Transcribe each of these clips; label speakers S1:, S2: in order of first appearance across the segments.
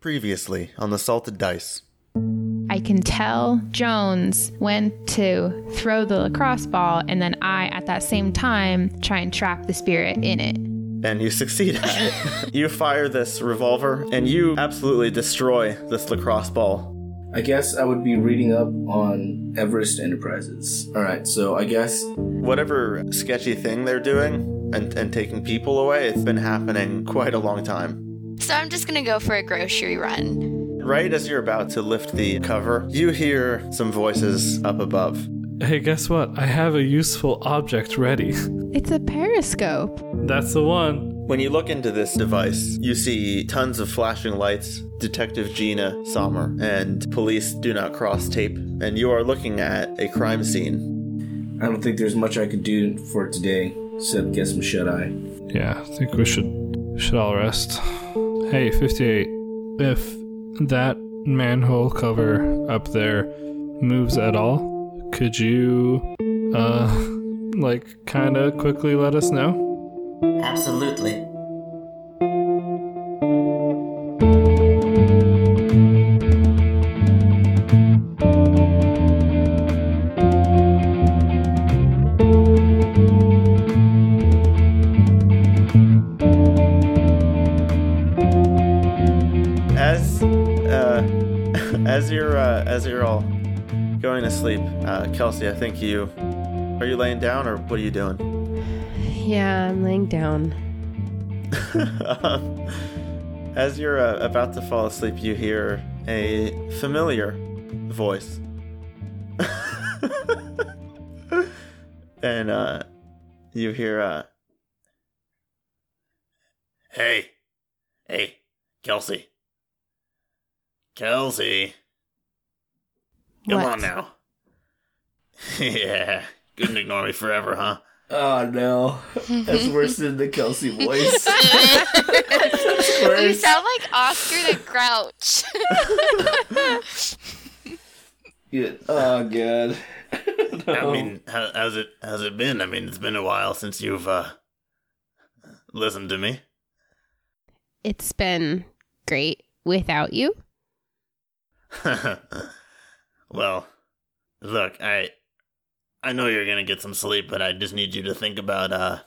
S1: Previously on the Salted Dice.
S2: I can tell Jones when to throw the lacrosse ball, and then I, at that same time, try and trap the spirit in it.
S1: And you succeed at it. you fire this revolver and you absolutely destroy this lacrosse ball.
S3: I guess I would be reading up on Everest Enterprises. All right, so I guess
S1: Whatever sketchy thing they're doing and, and taking people away, it's been happening quite a long time.
S4: So I'm just gonna go for a grocery run.
S1: Right as you're about to lift the cover, you hear some voices up above.
S5: Hey, guess what? I have a useful object ready.
S2: It's a periscope.
S5: That's the one.
S1: When you look into this device, you see tons of flashing lights, Detective Gina Sommer, and police do not cross tape, and you are looking at a crime scene.
S3: I don't think there's much I could do for today except get some shut eye.
S5: Yeah, I think we should should all rest. Hey, 58. If that manhole cover up there moves at all, could you uh like kind of quickly let us know?
S6: Absolutely.
S1: As uh, as you're uh, as you're all going to sleep, uh, Kelsey, I think you are you laying down or what are you doing?
S7: Yeah, I'm laying down.
S1: as you're uh, about to fall asleep, you hear a familiar voice, and uh, you hear, uh, "Hey, hey, Kelsey, Kelsey." Come
S7: What?
S1: on now. yeah. Couldn't ignore me forever, huh?
S3: Oh no, that's worse than the Kelsey voice. That's
S4: you
S3: worse.
S4: sound like Oscar the Grouch.
S3: Yeah. Oh god.
S1: I mean, how, how's it how's it been? I mean, it's been a while since you've uh listened to me.
S2: It's been great without you.
S1: well, look, I I know you're going to get some sleep, but I just need you to think about uh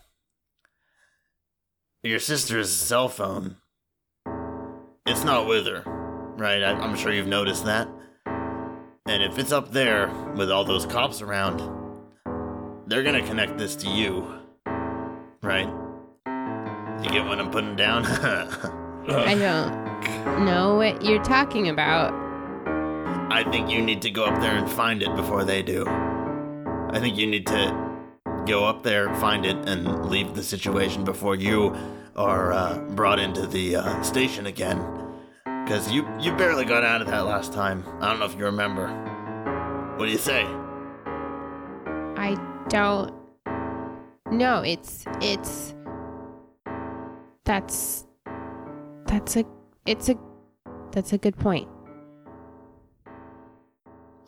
S1: your sister's cell phone. It's not with her, right? I, I'm sure you've noticed that. And if it's up there with all those cops around, they're going to connect this to you, right? You get what I'm putting down?
S2: I don't know what you're talking about.
S1: I think you need to go up there and find it before they do. I think you need to go up there, find it, and leave the situation before you are uh, brought into the uh, station again. Because you, you barely got out of that last time. I don't know if you remember. What do you say?
S2: I don't. No, it's it's. That's that's a it's a that's a good point.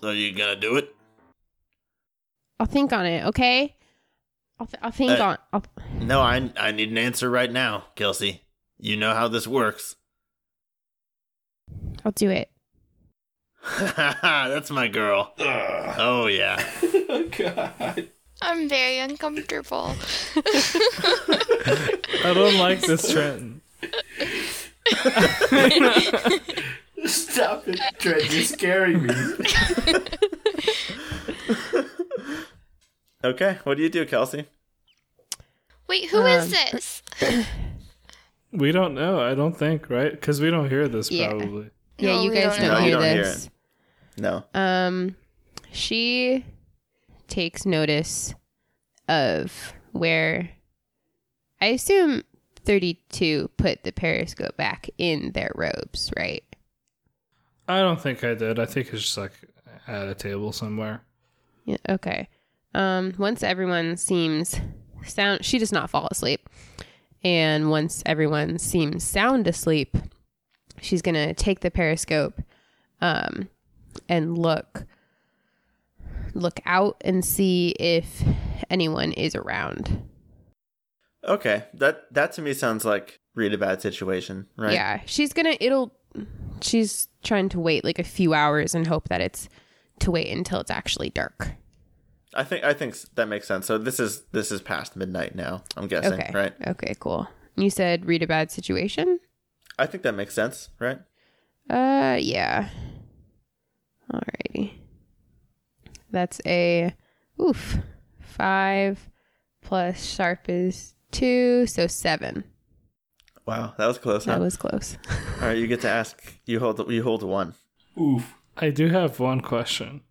S1: So you gonna do it?
S2: I'll think on it. Okay. I'll, th- I'll think
S1: Uh,
S2: on. I'll,
S1: No, I, I need an answer right now, Kelsey. You know how this works.
S2: I'll do it.
S1: That's my girl. Oh, yeah.
S3: oh god.
S4: I'm very uncomfortable.
S5: I don't like this Trenton.
S3: Stop it, Trent. You're scaring me.
S1: Okay, what do you do, Kelsey?
S4: Wait, who
S2: Um,
S4: is this?
S5: We don't know. I don't think, right? Cuz we don't hear this
S2: Yeah.
S5: probably.
S2: Yeah,
S4: No,
S2: you
S4: we
S2: guys
S4: don't
S2: don't,
S1: know. No, you
S2: hear
S1: don't hear
S2: this.
S1: No.
S2: Um, she takes notice of where I assume 32 put the periscope back in their robes, right?
S5: I don't think I did. I think it's just like at a table somewhere.
S2: Yeah, okay. Um, once everyone seems sound, she does not fall asleep. And once everyone seems sound asleep, she's going to take the periscope um, and look look out and see if anyone is around.
S1: Okay, that that to me sounds like read a bad situation, right?
S2: Yeah, she's going to it'll she's trying to wait like a few hours and hope that it's to wait until it's actually dark.
S1: I think I think s- that makes sense. So this is this is past midnight now. I'm guessing,
S2: okay.
S1: right?
S2: Okay, cool. You said read a bad situation?
S1: I think that makes sense, right?
S2: Uh, yeah. Alrighty. That's a oof five plus sharp is two, so seven.
S1: Wow, that was close.
S2: That
S1: huh?
S2: was close.
S1: All right, you get to ask. You hold. You hold one.
S3: Oof.
S5: I do have one question.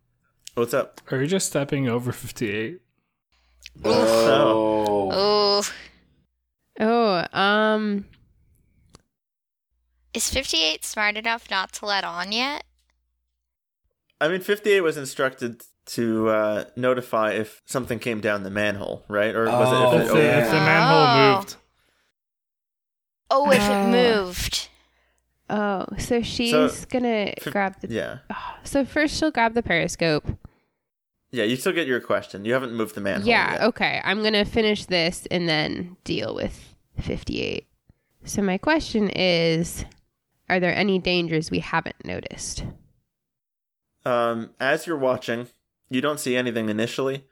S1: What's up?
S5: Are you just stepping over 58?
S1: Oh.
S4: Oh,
S2: Oh, um,
S4: is 58 smart enough not to let on yet?
S1: I mean, 58 was instructed to uh, notify if something came down the manhole, right? Or was it if
S5: If
S1: it
S5: the,
S3: Oh, yeah.
S5: if the manhole
S4: Oh.
S5: moved.
S4: Oh, if
S2: Oh.
S4: it moved.
S2: oh, so she's gonna
S1: fif-
S2: grab the.
S1: Yeah.
S2: oh, so first she'll grab the periscope.
S1: Yeah, you still get your question. You haven't moved the manhole.
S2: yeah,
S1: yet.
S2: okay. I'm gonna finish this and then deal with 58. So my question is, are there any dangers we haven't noticed?
S1: Um, as you're watching, you don't see anything initially,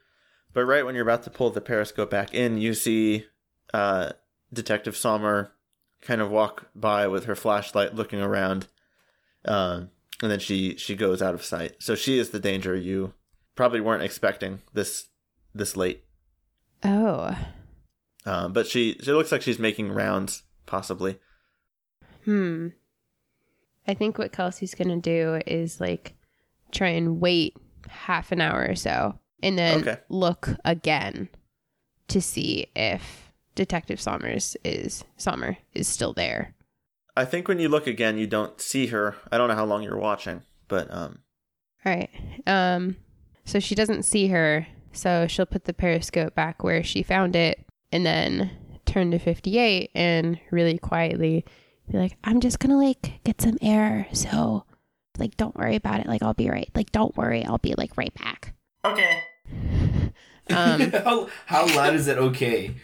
S1: but right when you're about to pull the periscope back in, you see uh, Detective Sommer kind of walk by with her flashlight, looking around, um, and then she she goes out of sight. So she is the danger you probably weren't expecting this this late,
S2: Oh,
S1: um, but she she looks like she's making rounds possibly.
S2: hmm. I think what Kelsey's gonna do is like try and wait half an hour or so and then
S1: Okay.
S2: look again to see if Detective Sommers is Sommer is still there.
S1: I think when you look again, you don't see her. I don't know how long you're watching, but um,
S2: All right. Um, so she doesn't see her, so she'll put the periscope back where she found it and then turn to 58 and really quietly be like, I'm just going to like get some air. So like, don't worry about it. Like, I'll be right. Like, don't worry. I'll be like right back.
S6: Okay.
S2: Um,
S3: how, how loud is that okay?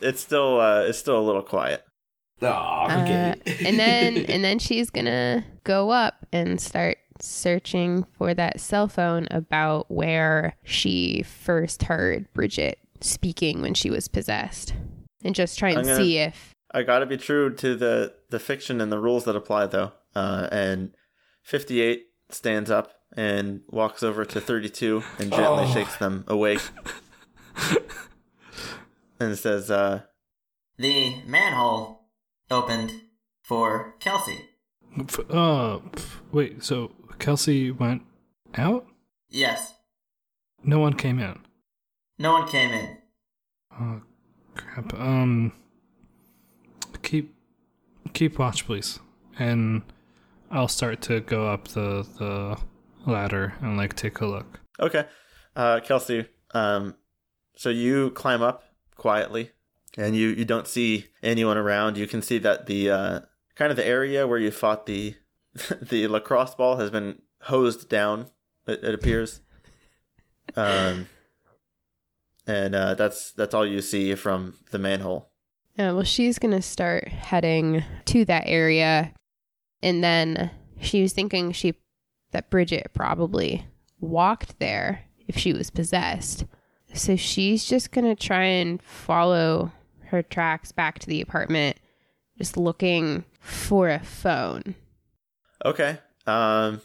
S1: it's still uh, it's still a little quiet.
S3: Aw,
S2: uh,
S3: Ah, okay.
S2: and then, and then she's going to go up and start searching for that cell phone about where she first heard Bridget speaking when she was possessed and just try
S1: I'm
S2: and
S1: gonna-
S2: see if
S1: I gotta be true to the the fiction and the rules that apply, though. Uh, and fifty eight stands up and walks over to thirty two and gently
S3: Oh.
S1: shakes them awake, and says, uh,
S6: The manhole opened for Kelsey.
S5: Pf- Uh, pf- wait, so Kelsey went out?
S6: Yes.
S5: No one came in.
S6: No one came in.
S5: Oh, crap. Um, keep keep watch, please, and I'll start to go up the the ladder and like take a look.
S1: "Okay, uh, Kelsey." Um, so you climb up quietly, and you you don't see anyone around. You can see that the uh, kind of the area where you fought the the lacrosse ball has been hosed down. It, it appears. Um, and uh, that's that's all you see from the manhole.
S2: Uh, well, she's going to start heading to that area. And then she was thinking she that Bridget probably walked there if she was possessed. So she's just going to try and follow her tracks back to the apartment, just looking for a phone.
S1: Okay. Um,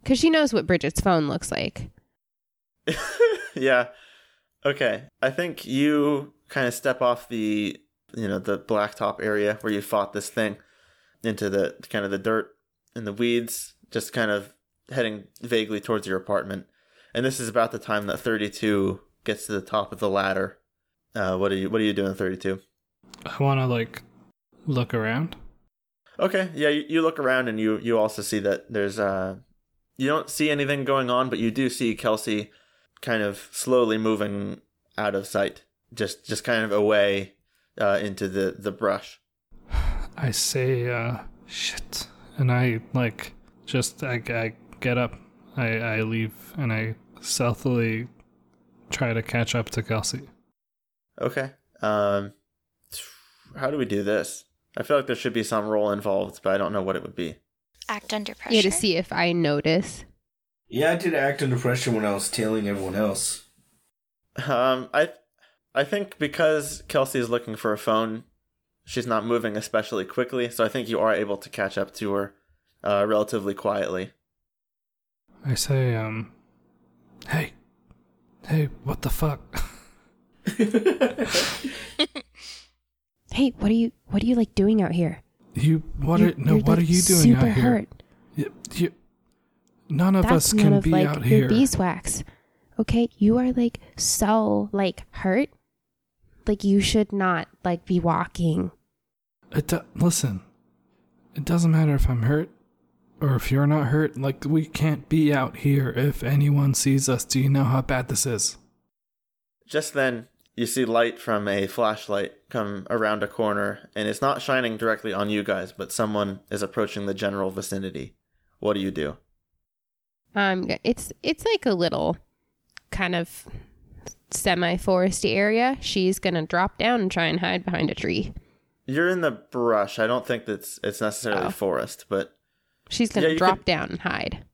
S2: Because she knows what Bridget's phone looks like.
S1: yeah. Okay. I think you kind of step off the you know the blacktop area where you fought this thing into the kind of the dirt and the weeds, just kind of heading vaguely towards your apartment. And this is about the time that 32 gets to the top of the ladder. Uh, what are you What are you doing, 32?
S5: I want to like look around.
S1: Okay. Yeah. You, you look around and you you also see that there's uh you don't see anything going on, but you do see Kelsey kind of slowly moving out of sight, just just kind of away uh, into the the brush.
S5: I say uh shit, and I like just I, I get up, I I leave, and I stealthily try to catch up to Kelsey.
S1: Okay. Um, how do we do this? I feel like there should be some role involved, but I don't know what it would be.
S4: Act under pressure.
S2: Yeah, to see if I notice.
S3: Yeah, I did act under pressure when I was tailing everyone else.
S1: Um, I, I think because Kelsey is looking for a phone, she's not moving especially quickly, so I think you are able to catch up to her, uh, relatively quietly.
S5: I say, um, hey, hey, what the fuck?
S7: Hey, what are you what are you like doing out here?
S5: You, what
S7: You're-
S5: are, no,
S7: you're,
S5: what
S7: like,
S5: are you doing
S7: super
S5: out here?
S7: Hurt.
S5: You, you, none of
S7: That's
S5: us
S7: none
S5: can
S7: of
S5: be
S7: like
S5: out
S7: your
S5: here.
S7: beeswax. Okay, you are like so like hurt. Like you should not like be walking.
S5: It do- listen, it doesn't matter if I'm hurt or if you're not hurt. Like, we can't be out here if anyone sees us. Do you know how bad this is?
S1: Just then, you see light from a flashlight come around a corner, and it's not shining directly on you guys, but someone is approaching the general vicinity. What do you do?
S2: Um, it's it's like a little kind of semi-foresty area. She's gonna drop down and try and hide behind a tree.
S1: You're in the brush. I don't think that's it's necessarily
S2: Oh.
S1: forest, but
S2: She's gonna
S1: Yeah, you
S2: drop
S1: could-
S2: down and hide.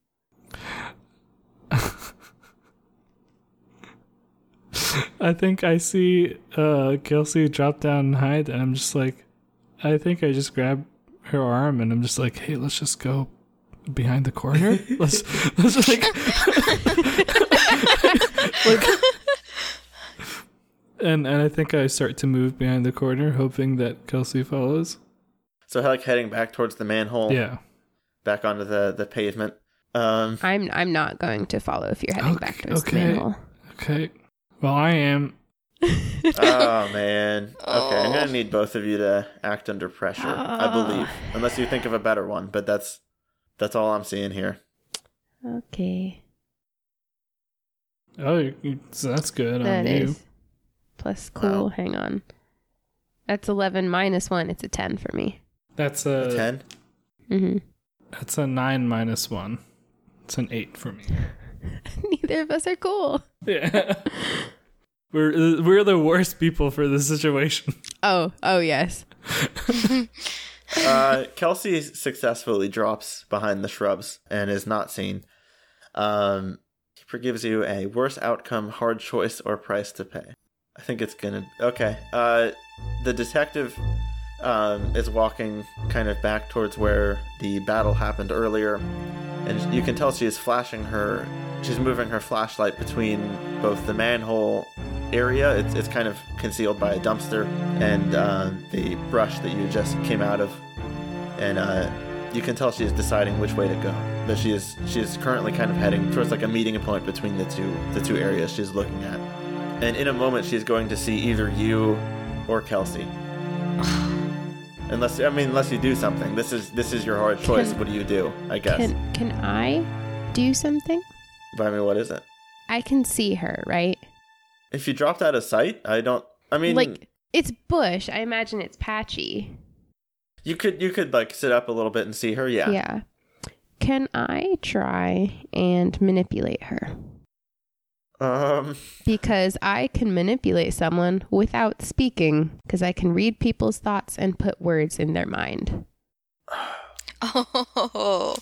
S5: I think I see uh, Kelsey drop down and hide, and I'm just like, I think I just grab her arm, and I'm just like, hey, let's just go behind the corner. Let's let's just like, like- and and I think I start to move behind the corner, hoping that Kelsey follows.
S1: so like heading back towards the manhole,
S5: Yeah.
S1: back onto the the pavement. Um,
S2: I'm I'm not going to follow if you're heading
S5: Okay-
S2: back towards
S5: okay.
S2: the manhole.
S5: Okay. Well, I am.
S1: oh man. Okay, I'm
S4: Oh.
S1: gonna need both of you to act under pressure. I believe, unless you think of a better one, but that's that's all I'm seeing here.
S7: Okay.
S5: Oh, you- so that's good
S2: That
S5: on
S2: is
S5: you.
S2: plus cool. Hang on, that's eleven minus one. It's a ten for me.
S5: That's
S1: A
S5: a
S1: Ten.
S2: hmm
S5: that's a nine minus one. It's an eight for me.
S2: Neither of us are cool.
S5: Yeah. We're we're the worst people for this situation.
S2: Oh oh yes.
S1: uh, Kelsey successfully drops behind the shrubs and is not seen. Um, he gives you a worse outcome, hard choice, or price to pay. I think it's gonna. Okay. Uh, the detective um, is walking kind of back towards where the battle happened earlier, and you can tell she is flashing her. She's moving her flashlight between both the manhole area. It's, it's kind of concealed by a dumpster and um, the brush that you just came out of, and uh, you can tell she's deciding which way to go. That she is she is currently kind of heading towards like a meeting point between the two the two areas she's looking at, and in a moment she's going to see either you or Kelsey. Unless I mean, unless you do something. This is this is your hard choice.
S2: Can-
S1: what do you do? I guess.
S2: Can can I do something?
S1: But I mean, what is it?
S2: I can see her, right?
S1: If you dropped out of sight, I don't. I mean,
S2: like it's bush. I imagine it's patchy.
S1: you could you could like sit up a little bit and see her. Yeah.
S2: Yeah. Can I try and manipulate her?
S1: Um.
S2: Because I can manipulate someone without speaking, because I can read people's thoughts and put words in their mind.
S4: Oh,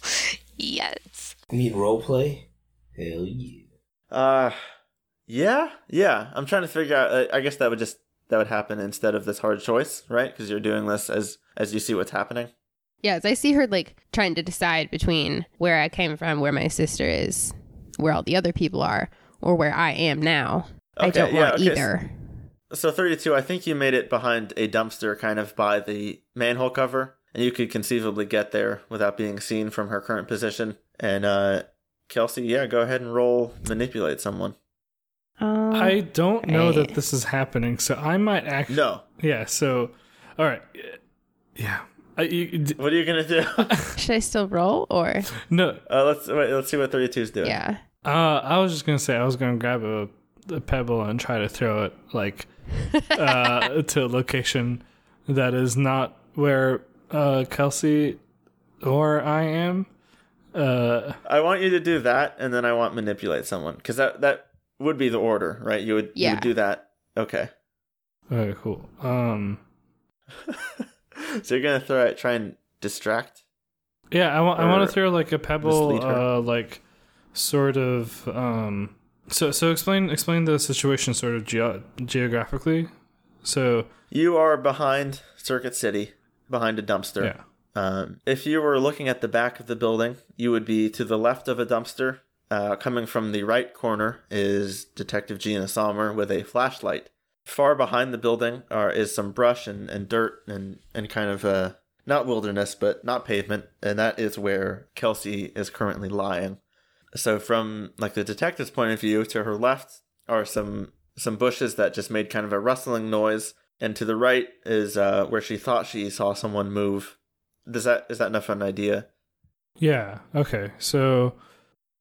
S4: yes.
S3: You mean roleplay? Hell yeah.
S1: Uh. Yeah. Yeah. I'm trying to figure out. I, I guess that would just that would happen instead of this hard choice, right? Because you're doing this as as you see what's happening.
S2: Yes, I see her like trying to decide between where I came from, where my sister is, where all the other people are, or where I am now. I
S1: Okay,
S2: don't
S1: yeah,
S2: want
S1: okay,
S2: either.
S1: So 32, I think you made it behind a dumpster kind of by the manhole cover, and you could conceivably get there without being seen from her current position. And uh Kelsey, yeah, go ahead and roll manipulate someone.
S2: Oh,
S7: Um,
S5: I don't know that
S2: right.
S5: this is happening, so I might act.
S1: No.
S5: Yeah. So, all right. Yeah. I, you, d-
S1: What are you going to do?
S2: Should I still roll or
S5: no.
S1: Uh, let's wait, let's see what 32's doing.
S2: yeah?
S5: Uh, I was just gonna say I was gonna grab a, a pebble and try to throw it like uh, to a location that is not where uh, Kelsey or I am. Uh,
S1: I want you to do that, and then I want manipulate someone because that that would be the order, right? You would you
S2: Yeah.
S1: would do that. Okay.
S5: okay. Cool. Um.
S1: So you're gonna throw it, try and distract.
S5: Yeah, I want I want
S1: Or
S5: to throw like a pebble,
S1: mislead her.
S5: uh, like sort of. Um, so so explain explain the situation sort of geo geographically. So
S1: You are behind Circuit City, behind a dumpster.
S5: yeah,
S1: Um, if you were looking at the back of the building, you would be to the left of a dumpster. Uh, coming from the right corner is Detective Gina Sommer with a flashlight. Far behind the building are is some brush and, and dirt and, and kind of uh, not wilderness, but not pavement. And that is where Kelsey is currently lying. So from like the detective's point of view, to her left are some some bushes that just made kind of a rustling noise, and to the right is uh, where she thought she saw someone move. Does that is that enough of an idea?
S5: yeah. Okay, so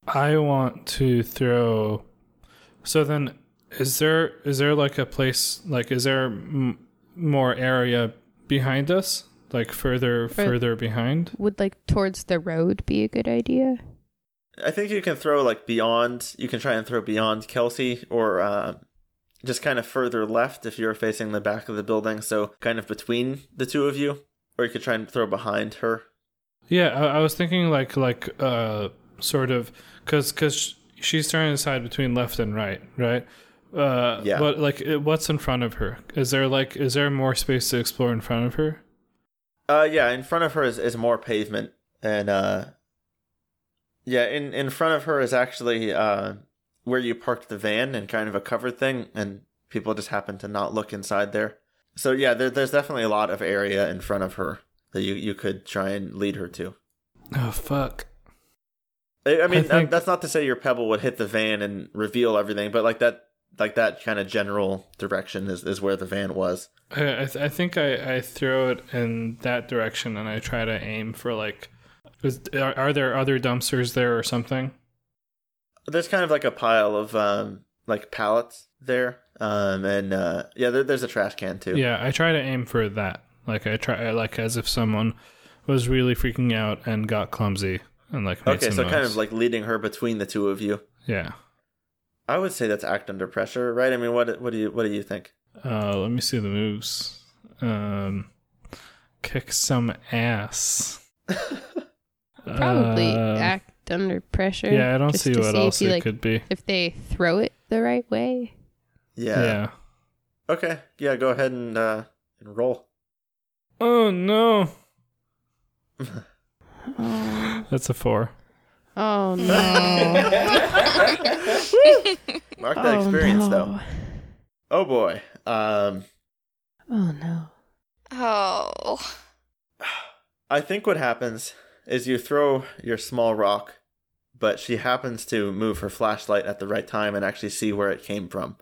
S5: I want to throw. So then, is there is there like a place like is there m- more area behind us like further
S2: For-
S5: further behind?
S2: Would like towards the road be a good idea?
S1: I think you can throw like beyond. You can try and throw beyond Kelsey, or uh, just kind of further left if you're facing the back of the building. So kind of between the two of you, or you could try and throw behind her.
S5: Yeah, I, I was thinking like like uh sort of because because she's trying to decide between left and right, right? Uh,
S1: Yeah.
S5: But like, it- what's in front of her? Is there like is there more space to explore in front of her?
S1: Uh, yeah, in front of her is, is more pavement, and uh, yeah, in in front of her is actually uh where you parked the van and kind of a covered thing, and people just happen to not look inside there. So yeah, there, there's definitely a lot of area in front of her that you you could try and lead her to.
S5: Oh fuck!
S1: I, I mean,
S5: I think-
S1: uh, that's not to say your pebble would hit the van and reveal everything, but like that like that kind of general direction is is where the van was.
S5: I I, th- I think I I throw it in that direction and I try to aim for like, is, are, are there other dumpsters there or something?
S1: there's kind of like a pile of um like pallets there um and uh yeah there, there's a trash can too
S5: Yeah, I try to aim for that. Like I try like as if someone was really freaking out and got clumsy and like made
S1: okay
S5: some
S1: so kind
S5: noise.
S1: of like leading her between the two of you
S5: yeah.
S1: i would say that's act under pressure right i mean what what do you what do you think
S5: Uh, let me see the moves. Um, kick some ass.
S2: Probably
S5: Uh,
S2: act under pressure.
S5: Yeah, I don't
S2: just
S5: see
S2: to
S5: what
S2: if
S5: else
S2: you,
S5: it
S2: like,
S5: could be.
S2: If they throw it the right way,
S1: yeah,
S5: Yeah.
S1: okay yeah go ahead and uh and roll
S5: Oh no. That's a four.
S2: Um, oh no!
S1: mark that experience though oh boy um
S2: Oh no!
S4: Oh.
S1: I think what happens is you throw your small rock, but she happens to move her flashlight at the right time and actually see where it came from.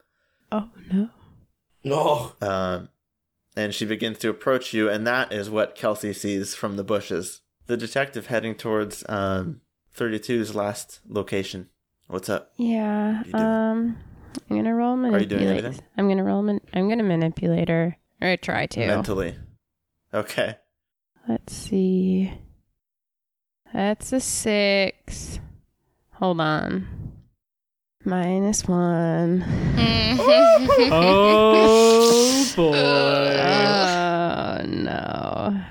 S2: Oh no!
S3: No.
S1: Um, and she begins to approach you, and that is what Kelsey sees from the bushes. The detective heading towards um, 32's last location. What's up?
S2: Yeah.
S1: You do it.
S2: Um, I'm gonna roll
S1: Are you
S2: manipulate.
S1: doing anything?
S2: I'm gonna roll. Man- I'm gonna manipulate her or try to.
S1: Mentally. Okay.
S2: Let's see. That's a six. Hold on. Minus one.
S5: oh boy.
S2: Oh no.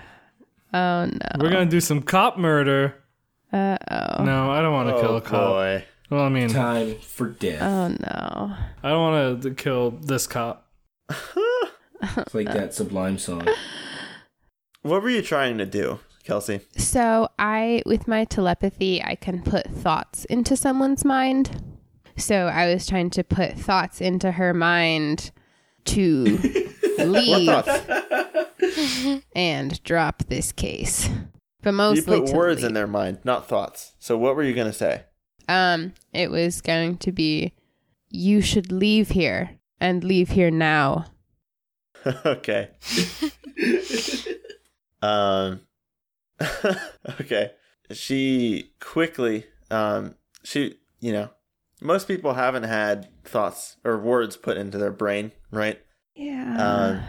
S2: Oh no.
S5: We're gonna do some cop murder.
S2: Uh oh.
S5: No, I don't want to kill
S1: Oh
S5: a cop.
S1: boy.
S5: Well, I mean,
S3: Time for death.
S2: Oh no.
S5: I don't want to kill this cop.
S3: It's like that Sublime song.
S1: What were you trying to do, Kelsey?
S2: So I, with my telepathy, I can put thoughts into someone's mind. So I was trying to put thoughts into her mind to
S1: What
S2: leave
S1: thoughts?
S2: and drop this case, but mostly
S1: you put
S2: to
S1: words in
S2: leave.
S1: their mind, not thoughts. So what were you gonna say?
S2: Um, it was going to be, you should leave here and leave here now.
S1: okay. um. okay. She quickly. Um. She. You know. Most people haven't had thoughts or words put into their brain, right?
S2: Yeah.
S1: Um,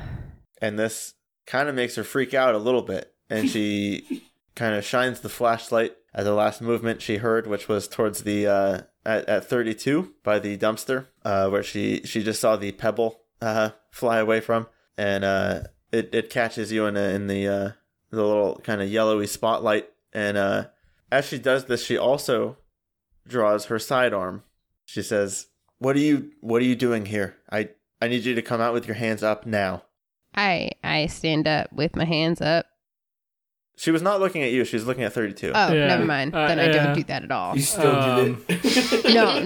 S1: and this kind of makes her freak out a little bit. And she kind of shines the flashlight at the last movement she heard, which was towards the uh, at at 32 by the dumpster, uh, where she she just saw the pebble uh, fly away from, and uh, it it catches you in a, in the uh, the little kind of yellowy spotlight. And uh, as she does this, she also draws her sidearm. She says, "What are you? What are you doing here? I I need you to come out with your hands up now."
S2: I I stand up with my hands up.
S1: She was not looking at you. She was looking at thirty-two.
S2: Oh,
S5: Yeah.
S2: never mind.
S5: Uh,
S2: then I
S5: yeah.
S2: don't do that at all.
S3: You still
S5: Um,
S3: did it.
S2: no,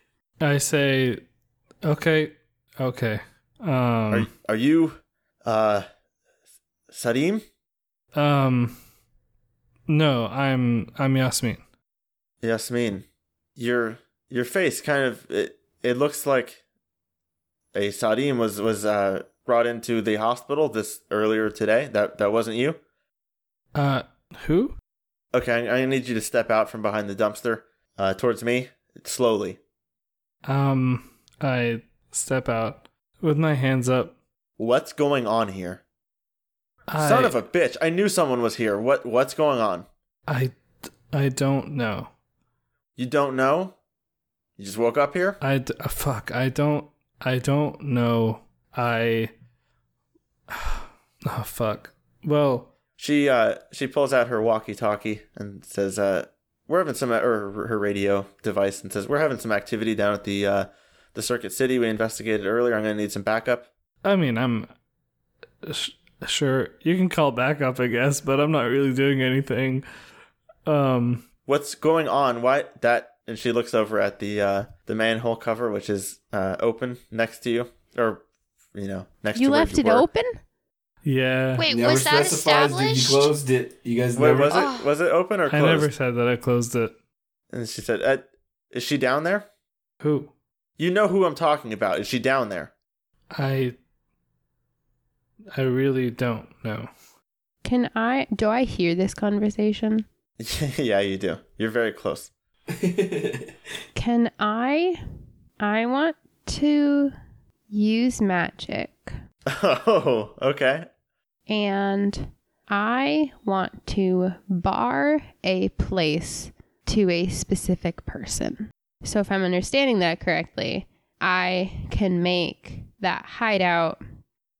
S2: no.
S5: I say, okay, okay.
S1: Are
S5: Um,
S1: are you, uh, Sadim?
S5: um, no, I'm I'm Yasmin.
S1: Yasmin, your your face kind of it, it looks like a Sadim was was uh, brought into the hospital this earlier today. That that wasn't you.
S5: Uh, who?
S1: Okay, I, I need you to step out from behind the dumpster uh, towards me slowly.
S5: Um, I step out with my hands up.
S1: What's going on here?
S5: I,
S1: Son of a bitch! I knew someone was here. What what's going on?
S5: I I don't know.
S1: You don't know? You just woke up here?
S5: I d- uh, fuck. I don't. I don't know. I. Oh fuck. Well,
S1: She uh she pulls out her walkie-talkie and says, "Uh, we're having some or her radio device and says we're having some activity down at the uh the Circuit City we investigated earlier. I'm gonna need some backup.
S5: I mean, I'm uh, sh- sure you can call back up, I guess, but I'm not really doing anything. Um,
S1: What's going on? Why that?" And she looks over at the uh the manhole cover, which is uh open next to you, or you know next
S2: you
S1: to where
S2: left
S1: you
S2: it
S1: were.
S2: open?
S5: yeah.
S4: Wait,
S3: Uh, Never
S4: was that
S3: specifies that You
S4: established?
S3: closed it. You guys
S1: Wait,
S3: never.
S1: was
S4: Oh.
S2: Ah.
S1: it was it open or
S5: I
S1: closed?
S5: never said that I closed it.
S1: And she said, uh, "Is she down there?
S5: Who?
S1: You know who I'm talking about. Is she down there?"
S5: I. I really don't know.
S2: Can I do I hear this conversation?
S1: yeah, you do. You're very close.
S2: Can I I want to use magic
S1: oh, okay.
S2: and I want to bar a place to a specific person. So if I'm understanding that correctly, I can make that hideout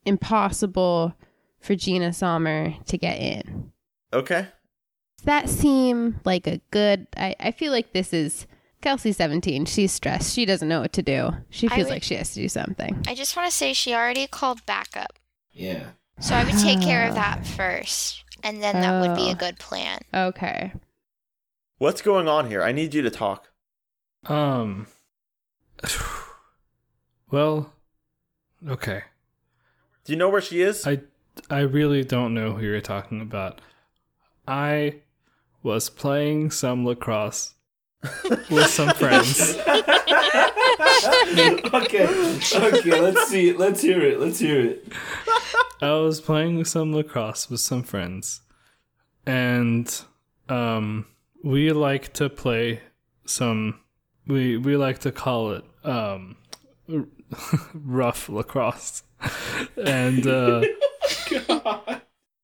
S2: impossible for Gina Sommer to get in.
S1: Okay.
S2: Does that seem like a good I, I feel like this is Kelsey 17. She's stressed. She doesn't know what to do. She
S4: I
S2: feels
S4: would-
S2: like she has to do something.
S4: I just want to say she already called backup.
S3: yeah.
S4: So I would take care of
S2: Ah.
S4: that first. And then that would be
S2: Oh.
S4: a good plan.
S2: Okay.
S1: What's going on here? I need you to talk.
S5: Um. Well, okay.
S1: Do you know where she is?
S5: I I really don't know who you're talking about. I was playing some lacrosse with some friends.
S3: okay. Okay. Let's see. it. Let's hear it. Let's hear it.
S5: I was playing some lacrosse with some friends, and um, we like to play some. We we like to call it um, rough lacrosse, and uh,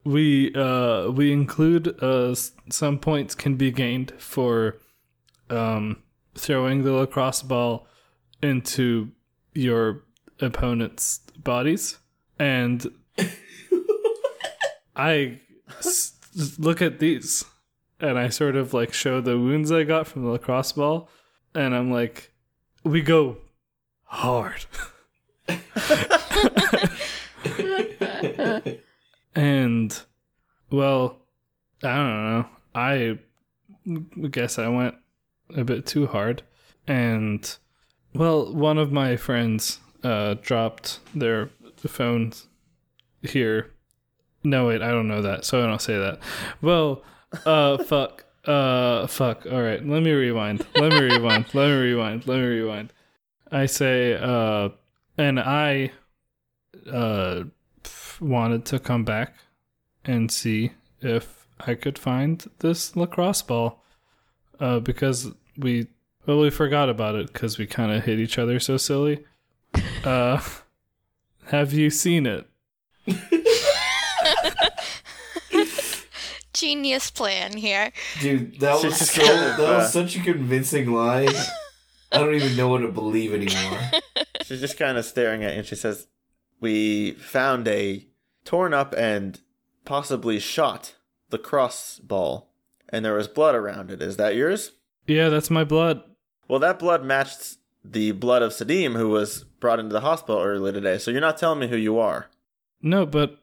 S5: we uh, we include uh, s- some points can be gained for um, throwing the lacrosse ball into your opponent's bodies and I s- s- look at these and I sort of like show the wounds I got from the lacrosse ball, and I'm like, we go hard. and well, I don't know. I guess I went a bit too hard, and well, one of my friends uh, dropped their phone here. No, wait, I don't know that, so I don't say that. Well, uh, fuck, uh, fuck. All right, let me rewind. Let me rewind. Let me rewind. Let me rewind. I say, uh, and I, uh, f- wanted to come back and see if I could find this lacrosse ball, uh, because we, well, we forgot about it because we kind of hit each other so silly. Uh, have you seen it?
S4: Genius plan here.
S3: Dude, that was
S1: She's
S3: so
S1: kind of,
S3: that
S1: uh,
S3: was such a convincing lie. I don't even know what to believe anymore.
S1: She's just kind of staring at you and she says, We found a torn up and possibly shot the cross ball, and there was blood around it. Is that yours?
S5: Yeah, that's my blood.
S1: Well, that blood matched the blood of Sadim, who was brought into the hospital earlier today. So you're not telling me who you are.
S5: No, but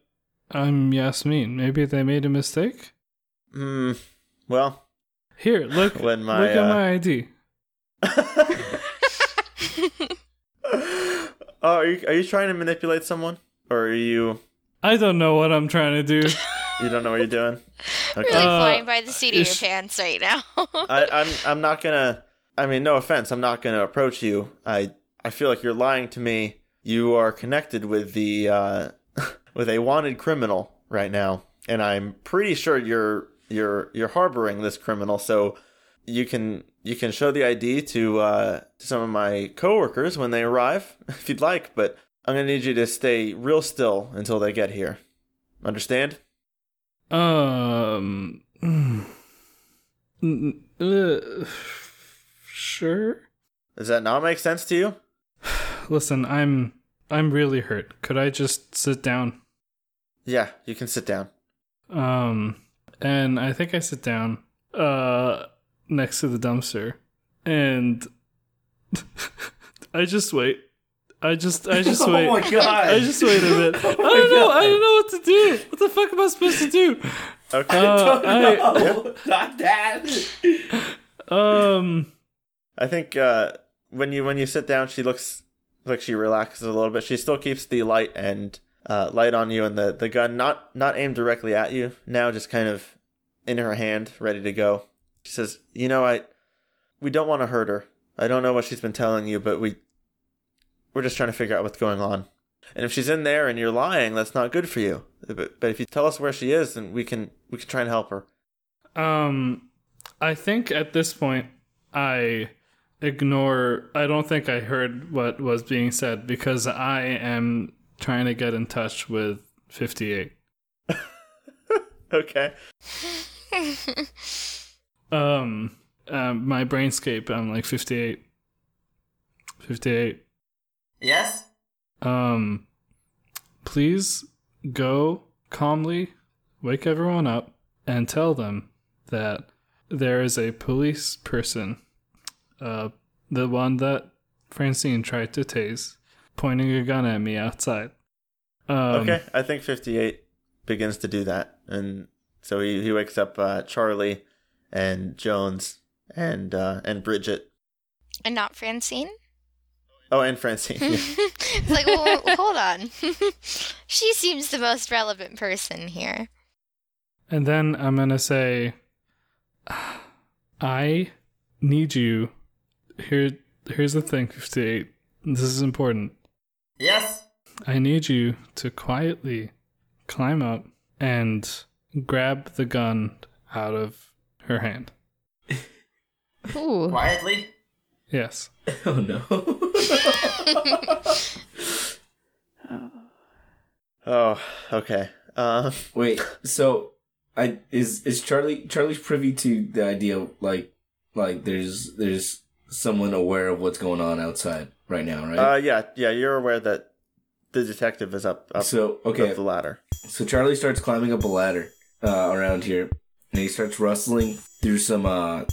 S5: I'm Yasmin. Maybe they made a mistake?
S1: Hmm. Well,
S5: Here, look.
S1: When my,
S5: look at
S1: uh,
S5: my ID.
S1: uh, are you are you trying to manipulate someone, or are you
S5: I don't know what I'm trying to do.
S1: you don't know what you're doing?
S4: Really
S5: Uh,
S4: flying by the seat of your
S5: ish.
S4: pants right now.
S1: I, I'm I'm not gonna. I mean, no offense. I'm not gonna approach you. I I feel like you're lying to me. You are connected with the uh, with a wanted criminal right now, and I'm pretty sure you're you're you're harboring this criminal. So you can you can show the ID to uh, to some of my coworkers when they arrive, if you'd like. But I'm gonna need you to stay real still until they get here. Understand?
S5: Um. mm, n- uh, sure.
S1: Does that not make sense to you?
S5: Listen, I'm I'm really hurt. Could I just sit down?
S1: Yeah, you can sit down.
S5: Um, and I think I sit down uh next to the dumpster, and I just wait. I just I just
S3: oh
S5: wait.
S3: my god! Oh
S5: I just wait a bit. I
S3: my
S5: don't know. I
S3: God.
S5: don't know what to do. What the fuck am I supposed to do?
S1: Okay.
S5: Uh, I-
S3: no, not that.
S5: um.
S1: I think uh, when you when you sit down, she looks like she relaxes a little bit. She still keeps the light and uh, light on you and the, the gun not not aimed directly at you now, just kind of in her hand, ready to go. She says, "You know, I we don't want to hurt her. I don't know what she's been telling you, but we we're just trying to figure out what's going on. And if she's in there and you're lying, that's not good for you. But, but if you tell us where she is, then we can we can try and help her."
S5: Um, I think at this point, I ignore. I don't think I heard what was being said because I am trying to get in touch with 58.
S1: Okay.
S5: Um, um my brainscape, I'm like 58. 58.
S6: Yes?
S5: Um, please go calmly wake everyone up and tell them that there is a police person, uh, the one that Francine tried to tase, pointing a gun at me outside. Um,
S1: okay, I think 58 begins to do that. And so he, he wakes up uh, Charlie and Jones and uh, and Bridget.
S4: and not Francine?
S1: Oh, and Francine. Yeah.
S4: It's like, well, hold on. she seems the most relevant person here.
S5: And then I'm going to say, I need you. Here, here's the thing, 58. This is important.
S6: Yes?
S5: I need you to quietly climb up and grab the gun out of her hand.
S2: Ooh.
S6: Quietly?
S5: Yes.
S3: Oh no!
S1: oh, okay. Um,
S3: Wait. So, I is is Charlie Charlie's privy to the idea of, like like there's there's someone aware of what's going on outside right now, right?
S1: uh, yeah, yeah, you're aware that the detective is up, up,
S3: so okay,
S1: up the ladder.
S3: So Charlie starts climbing up a ladder uh, around here, and he starts rustling through some uh,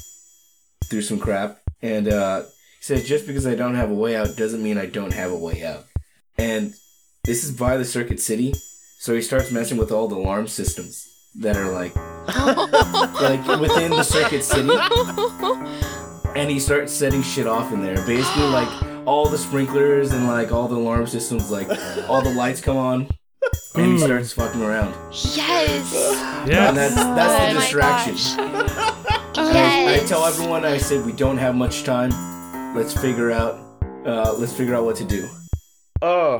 S3: through some crap. And uh, he says, "Just because I don't have a way out doesn't mean I don't have a way out." And this is by the Circuit City, so he starts messing with all the alarm systems that are like like within the Circuit City, and he starts setting shit off in there. Basically, like all the sprinklers and like all the alarm systems, like all the lights come on. And he
S5: Ooh.
S3: starts fucking around.
S4: Yes.
S3: And that's
S4: Oh
S3: that's the distraction. I, I
S4: Yes.
S3: tell everyone I said we don't have much time. Let's figure out uh, let's figure out what to do.
S1: Oh,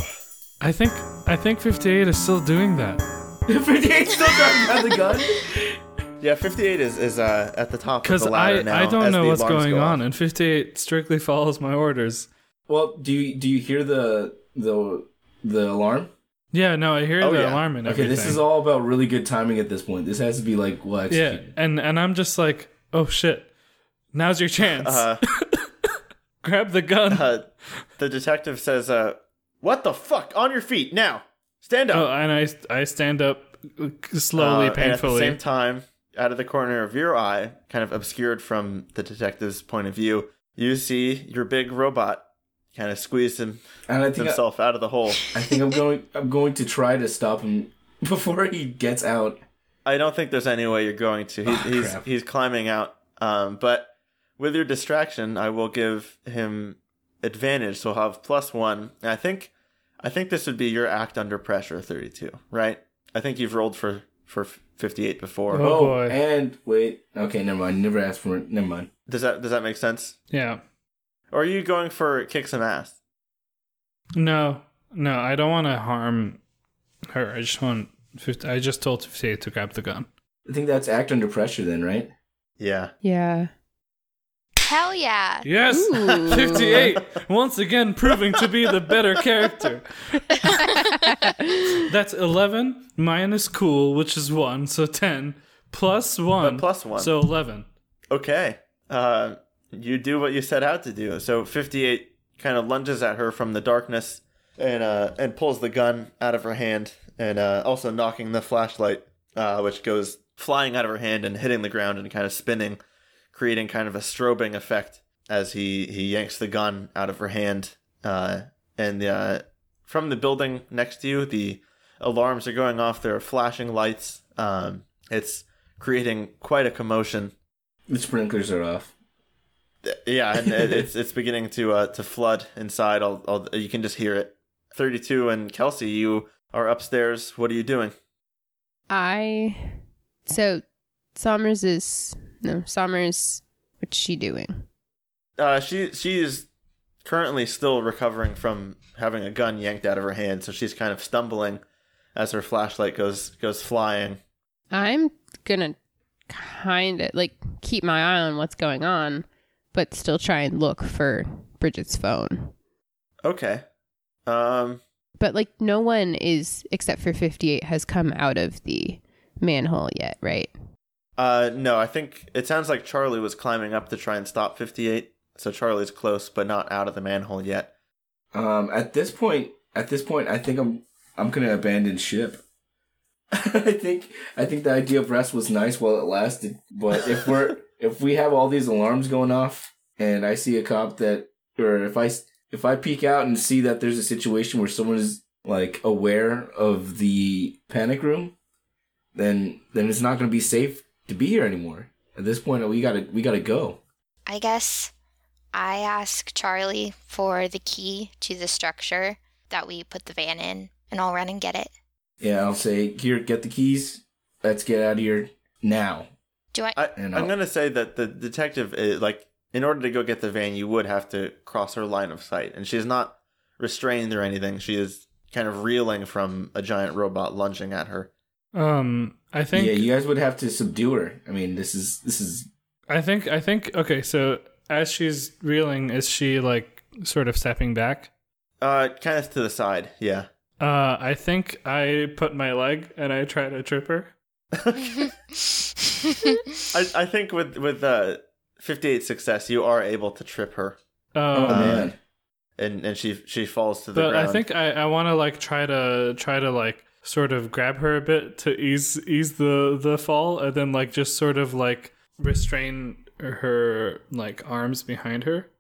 S5: I think I think 58 is still doing that.
S3: Freddy's still talking about the gun.
S1: yeah, 58 is, is uh, at the top of
S5: Because
S1: the ladder
S5: I,
S1: now.
S5: I don't
S1: as
S5: know
S1: the
S5: what's
S1: alarms
S5: going
S1: go
S5: on,
S1: off.
S5: and 58 strictly follows my orders.
S3: Well, do you do you hear the the the alarm?
S5: Yeah, no, I hear
S1: Oh,
S5: the
S1: yeah.
S5: alarm and
S3: Okay,
S5: everything.
S3: this is all about really good timing at this point. This has to be like well
S5: Yeah,
S3: executed.
S5: and, and I'm just like, oh shit, now's your chance.
S1: Uh,
S5: Grab the gun.
S1: Uh-huh. uh, the detective says, uh, What the fuck? On your feet now! Stand
S5: Oh,
S1: up.
S5: and I I stand up slowly,
S1: Uh, and at the
S5: painfully.
S1: same time, out of the corner of your eye, kind of obscured from the detective's point of view, you see your big robot kind of squeeze him,
S3: And I think I,
S1: himself out of the hole.
S3: I think I'm going. I'm going to try to stop him before he gets out.
S1: I don't think there's any way you're going to. He's
S3: Oh,
S1: he's,
S3: crap.
S1: he's climbing out. Um, but with your distraction, I will give him advantage, so I'll have plus one. And I think I think this would be your act under pressure, thirty-two. Right? I think you've rolled for for fifty-eight before.
S5: Oh, boy.
S3: And wait. Okay, never mind. Never asked for it. Never mind.
S1: Does that does that make sense?
S5: yeah.
S1: Or are you going for kick some ass?
S5: No, no, I don't want to harm her. I just want. 50, I just told 58 to grab the gun.
S3: I think that's act under pressure, then, right?
S1: Yeah.
S2: Yeah.
S4: Hell yeah.
S5: Yes,
S2: Ooh.
S5: 58 once again proving to be the better character. That's 11 minus cool, which is one, so 10 plus one,
S1: plus one.
S5: so 11.
S1: Okay. Uh, you do what you set out to do. So 58 kind of lunges at her from the darkness and uh, and pulls the gun out of her hand and uh, also knocking the flashlight, uh, which goes flying out of her hand and hitting the ground and kind of spinning, creating kind of a strobing effect as he, he yanks the gun out of her hand. Uh, and uh, from the building next to you, the alarms are going off. There are flashing lights. Um, it's creating quite a commotion
S3: The sprinklers are off.
S1: yeah, and it, it's it's beginning to uh, to flood inside. All, all you can just hear it. Thirty two and Kelsey, you are upstairs. What are you doing?
S2: I. So, Summers is. No, Summers. What's she doing?
S1: Uh, she she is currently still recovering from having a gun yanked out of her hand, so she's kind of stumbling as her flashlight goes goes flying.
S2: I'm gonna kind of like keep my eye on what's going on, but still try and look for Bridget's phone.
S1: Okay. Um.
S2: But like, no one is except for 58 has come out of the manhole yet, right?
S1: Uh. No, I think it sounds like Charlie was climbing up to try and stop fifty eight. So Charlie's close, but not out of the manhole yet.
S3: Um, at this point, at this point, I think I'm I'm gonna abandon ship. I think I think the idea of rest was nice while it lasted, but if we're if we have all these alarms going off and I see a cop that, or if I s- if I peek out and see that there's a situation where someone is like aware of the panic room, then then it's not gonna be safe to be here anymore. At this point, we gotta we gotta go.
S4: I guess I ask Charlie for the key to the structure that we put the van in, and I'll run and get it.
S3: Yeah, I'll say here, get the keys. Let's get out of here now.
S4: Do I?
S1: I,
S3: And
S1: I'm
S3: I'll-
S1: going to say that the detective is like, in order to go get the van, you would have to cross her line of sight, and she's not restrained or anything. She is kind of reeling from a giant robot lunging at her.
S5: Um, I think.
S3: yeah, you guys would have to subdue her. I mean, this is this is
S5: I think. I think. Okay, so as she's reeling, is she like sort of stepping back?
S1: Uh, kind of to the side, yeah.
S5: Uh, I think I put my leg and I try to trip her.
S1: I, I think with with uh, 58 success, you are able to trip her,
S5: Um,
S3: oh, man.
S1: and and she she falls to the
S5: but
S1: ground.
S5: I think I, I want to like try to try to like sort of grab her a bit to ease ease the the fall and then like just sort of like restrain her like arms behind her.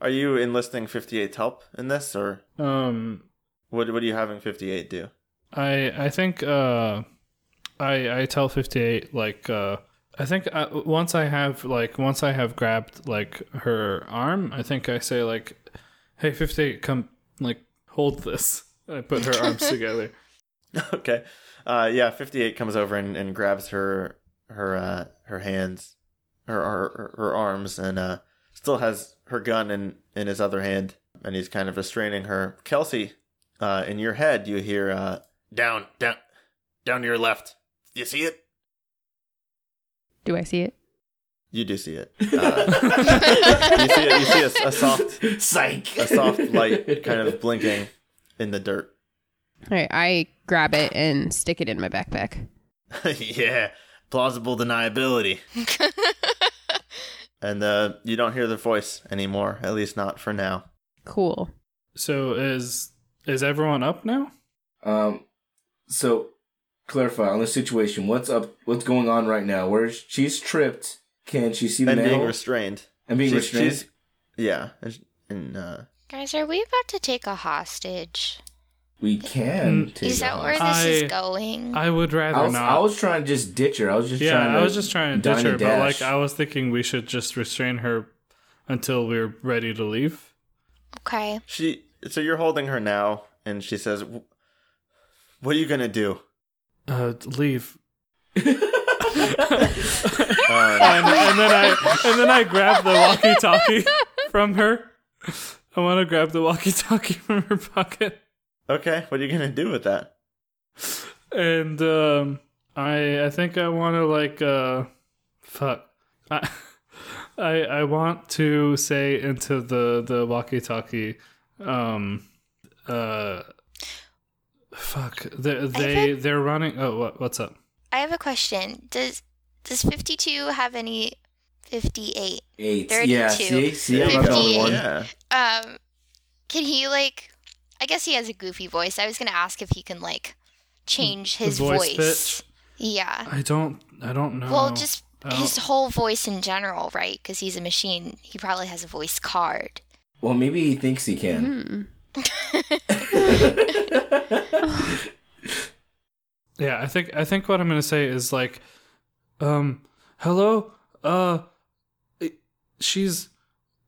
S1: are you enlisting 58's help in this, or
S5: Um
S1: what? What are you having 58 do?
S5: I I think uh I I tell 58 like uh I think I, once I have like once I have grabbed like her arm, I think I say like hey 58 come like hold this. I put her arms together.
S1: okay. Uh, yeah, fifty eight comes over and, and grabs her her uh, her hands, her, her her arms, and uh, still has her gun in in his other hand, and he's kind of restraining her. Kelsey, uh, in your head, you hear uh, down, down, down to your left. You see it?
S2: Do I see it?
S1: You do see it. Uh, you see it. You see a s a a soft
S3: Psych.
S1: a soft light kind of blinking in the dirt.
S2: All right, I grab it and stick it in my backpack.
S1: yeah, plausible deniability. and uh, you don't hear the voice anymore, at least not for now.
S2: Cool.
S5: So is is everyone up now?
S3: Um, so clarify on the situation. What's up? What's going on right now? Where is- she's tripped? Can she see the
S1: and being
S3: manhole?
S1: restrained.
S3: and being
S1: She's-
S3: restrained.
S1: she's- yeah, and, sh- and uh,
S4: Guys, are we about to take a hostage?
S3: we can.
S5: Mm.
S3: Take
S4: is
S3: her
S4: that
S3: hostage.
S4: where this
S5: I-
S4: is going?
S5: I would rather
S3: I was,
S5: not.
S3: I was trying to just ditch her. I was just
S5: yeah,
S3: trying to
S5: I was just trying to
S3: dine
S5: ditch
S3: and
S5: her, but
S3: dash.
S5: like I was thinking we should just restrain her until we're ready to leave.
S4: okay.
S1: she. So you're holding her now, and she says, "W- "What are you gonna do?"
S5: Uh, leave.
S1: Uh,
S5: And, and then I and then I grab the walkie-talkie from her. I want to grab the walkie-talkie from her pocket,
S1: okay, what are you gonna do with that?
S5: and um, I I think I want to like uh, fuck. I I I want to say into the the walkie-talkie, um, uh, fuck. They they
S4: think-
S5: they're running. Oh, what what's up?
S4: I have a question. Does does 52 have any 58?
S3: eight. Yeah,
S4: 32.
S3: see, see, I'm not the only one.
S1: Yeah.
S4: Um can he like I guess he has a goofy voice. I was going to ask if he can like change his voice.
S5: pitch?
S4: Yeah.
S5: I don't. I don't know.
S4: Well, just
S5: I don't-
S4: his whole voice in general, right? Because he's a machine. He probably has a voice card.
S3: Well, maybe he thinks he
S4: Mm-hmm.
S3: can.
S5: Yeah, I think I think what I'm gonna say is like, um, hello, uh, i- she's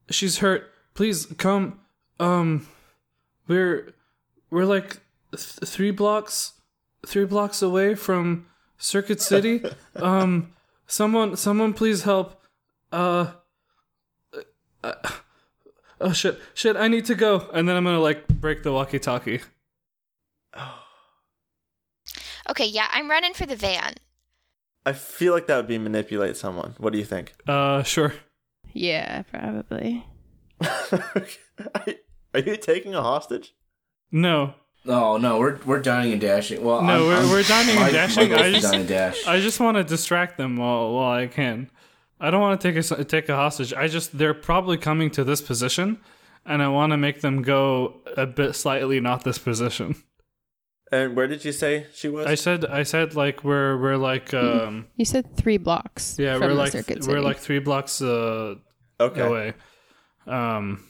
S5: she's hurt. Please come. Um, we're we're like th- three blocks three blocks away from Circuit City. um, someone someone please help. Uh, uh, oh shit, shit, I need to go. And then I'm gonna like break the walkie-talkie.
S4: Okay, yeah, I'm running for the van.
S1: I feel like that would be manipulate someone. What do you think?
S5: Uh, sure.
S2: Yeah, probably.
S1: are, are you taking a hostage?
S5: No,
S3: Oh no, we're we're dining and dashing. Well,
S5: No,
S3: I'm-
S5: we're-
S3: I'm-
S5: we're dining and
S3: my- my
S5: dashing.
S3: goal's
S5: I
S3: to
S5: just-
S3: dine and dash.
S5: I just want to distract them while while I can. I don't want to take a take a hostage. I just they're probably coming to this position, and I want to make them go a bit slightly not this position.
S1: And where did you say she was?
S5: I said I said like we're we're like um
S2: You said three blocks.
S5: yeah
S2: Hmm. from the
S5: we're like
S2: Circuit
S5: we're
S2: City.
S5: like three blocks uh
S1: okay.
S5: away, um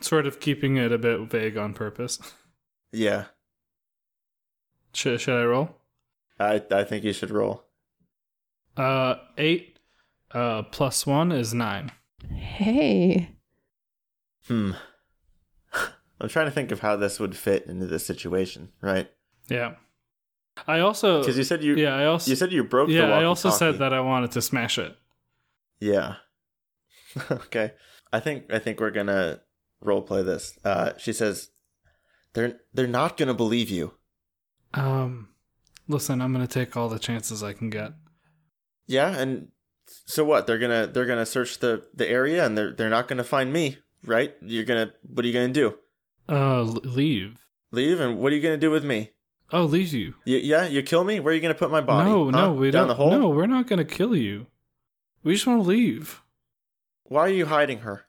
S5: sort of keeping it a bit vague on purpose.
S1: Yeah.
S5: should should I roll?
S1: I I think you should roll.
S5: Uh eight, uh plus one is nine.
S2: hey,
S1: Hmm. I'm trying to think of how this would fit into this situation, right?
S5: Yeah. I also
S1: Because you said you
S5: Uh, yeah I also
S1: you said you broke the
S5: yeah I also said
S1: walkie-talkie.
S5: that I wanted to smash it.
S1: Yeah. okay. I think I think we're gonna role play this. Uh, she says, "They're they're not gonna believe you."
S5: Um, listen, I'm gonna take all the chances I can get.
S1: Yeah, and so what? They're gonna they're gonna search the the area, and they're they're not gonna find me, right? You're gonna what are you gonna do?
S5: Uh, l- leave.
S1: Leave, and what are you gonna do with me?
S5: Oh, leave you.
S1: You, yeah, you kill me. Where are you gonna put my body?
S5: no,
S1: Huh?
S5: no, we
S1: down
S5: don't.
S1: the hole.
S5: No, we're not gonna kill you. We just want to leave.
S1: Why are you hiding her?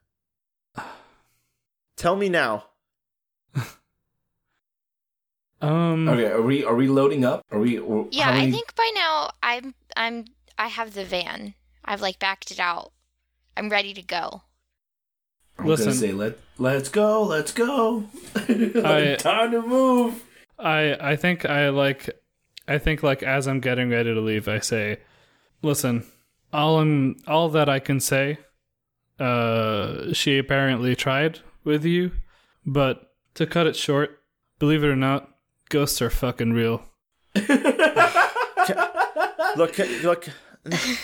S1: Tell me now.
S5: Um.
S3: Okay, are we are we loading up? Are we? or-
S4: Yeah,
S3: how
S4: I
S3: many-
S4: think by now I'm I'm I have the van. I've like backed it out. I'm ready to go.
S3: I'm
S5: Listen.
S3: gonna say let let's go, let's go.
S5: I-
S3: Time to move.
S5: I I think I like I think like as I'm getting ready to leave, I say, "Listen, all I'm all that I can say. Uh, she apparently tried with you, but to cut it short, believe it or not, ghosts are fucking real.
S1: Look, look.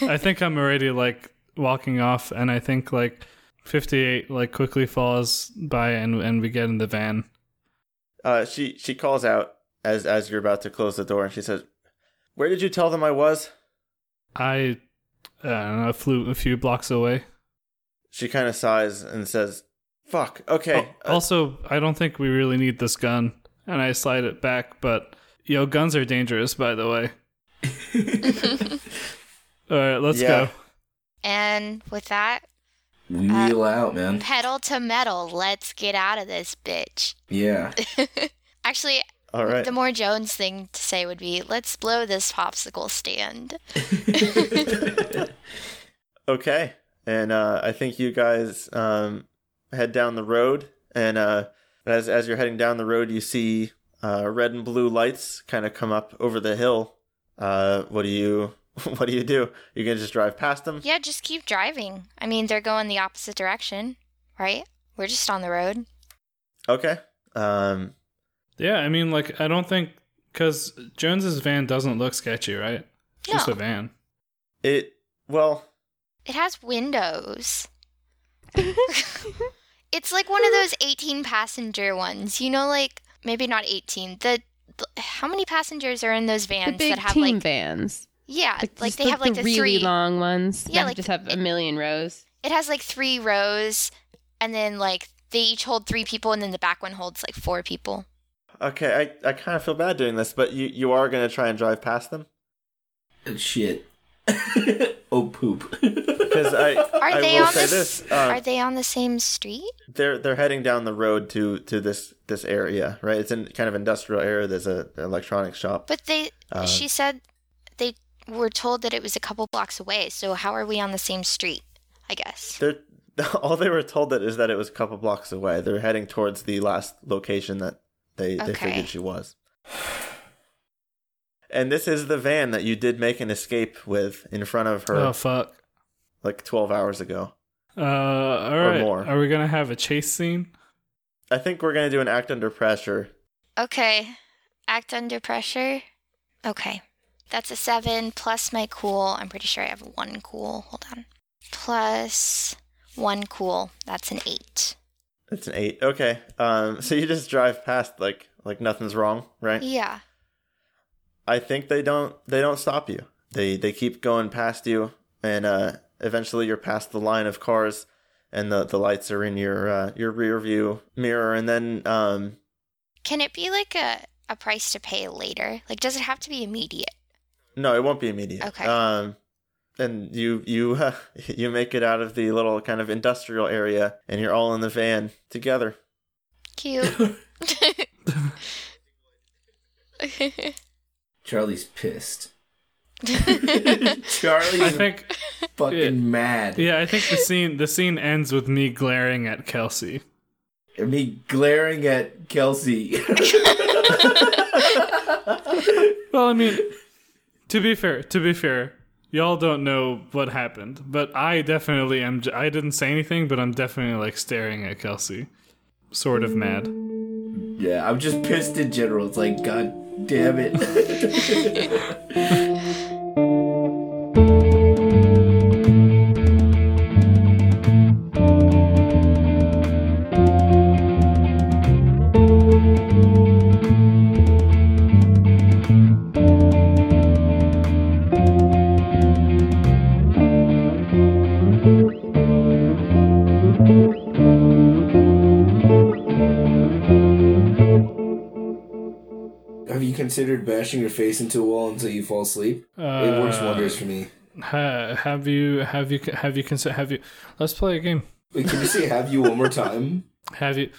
S5: I think I'm already like walking off, and I think like 58 like quickly falls by, and and we get in the van.
S1: Uh, she she calls out as as you're about to close the door, and she says, "Where did you tell them I was?"
S5: I I don't know, flew a few blocks away.
S1: She kind of sighs and says, "Fuck. Okay. uh,
S5: Al- also, I don't think we really need this gun, and I slide it back. But yo, guns are dangerous, by the way. All right, let's
S1: Yeah.
S5: go.
S4: And with that, Uh,
S3: Wheel out,
S1: Mm.
S3: man.
S4: pedal to metal. Let's get out of this bitch.
S3: Yeah.
S4: Actually,
S1: All right.
S4: The more Jones thing to say would be, let's blow this popsicle stand.
S1: Okay. And uh, I think you guys um, head down the road, and uh, as as you're heading down the road, you see uh, red and blue lights kind of come up over the hill. Uh, what do you What do you do? You gonna just drive past them?
S4: Yeah, just keep driving. I mean, they're going the opposite direction, right? We're just on the road.
S1: Okay. Um,
S5: Yeah, I mean, like, I don't think because Jones's van doesn't look sketchy, right? It's just
S4: No.
S5: a van.
S1: it well,
S4: It has windows. it's like one of those 18 passenger ones. You know, like maybe not 18. The, the- how many passengers are in those
S2: the
S4: vans
S2: big
S4: that have
S2: team
S4: like
S2: vans.
S4: yeah, like,
S2: just
S4: they have like the,
S2: really
S4: three.
S2: long ones.
S4: Yeah,
S2: that
S4: like
S2: just
S4: the-
S2: have a million rows.
S4: It has like three rows, and then like they each hold three people, and then the back one holds like four people.
S1: okay. I I kind of feel bad doing this, but you you are gonna try and drive past them
S3: Shit. oh poop.
S1: because I
S4: Are
S1: I
S4: they
S1: will
S4: on
S1: say
S4: the
S1: this.
S4: s-
S1: um,
S4: Are they on the same street?
S1: they're they're heading down the road to to this this area, right? It's in kind of industrial area. There's a an electronics shop.
S4: But they,
S1: Uh,
S4: she said, they were told that it was a couple blocks away. So how are we on the same street? I guess.
S1: They're all they were told that is that it was a couple blocks away. They're heading towards the last location that they, they
S4: Okay.
S1: figured she was. And this is the van that you did make an escape with in front of her
S5: Oh fuck.
S1: like 12 hours ago.
S5: Uh, all right.
S1: more.
S5: Are we gonna have a chase scene?
S1: I think we're going to do an act under pressure.
S4: Okay. Act under pressure. Okay. That's a seven plus my cool. I'm pretty sure I have one cool. Hold on. Plus one cool. That's an eight.
S1: It's an 8. Okay. Um so you just drive past like like nothing's wrong, right?
S4: Yeah.
S1: I think they don't they don't stop you. They they keep going past you, and uh, eventually you're past the line of cars, and the, the lights are in your uh, your rear view mirror, and then um,
S4: Can it be like a, a price to pay later? Like, does it have to be immediate?
S1: no, it won't be immediate.
S4: Okay.
S1: Um, and you you uh, you make it out of the little kind of industrial area, and you're all in the van together.
S4: Cute.
S3: Charlie's pissed. Charlie's
S5: I think.
S3: fucking
S5: yeah.
S3: mad.
S5: Yeah, I think the scene the scene ends with me glaring at Kelsey.
S3: And me glaring at Kelsey.
S5: Well, I mean, to be fair, to be fair, y'all don't know what happened, but I definitely am. j- I didn't say anything, but I'm definitely like staring at Kelsey, sort of mad.
S3: yeah, I'm just pissed in general. It's like, god damn it. Have you considered bashing your face into a wall until you fall asleep? it works
S5: Uh,
S3: wonders for me.
S5: Ha, have you have you have you consider have you? Let's play a game.
S3: Wait, can you say have you one more time?
S5: Have you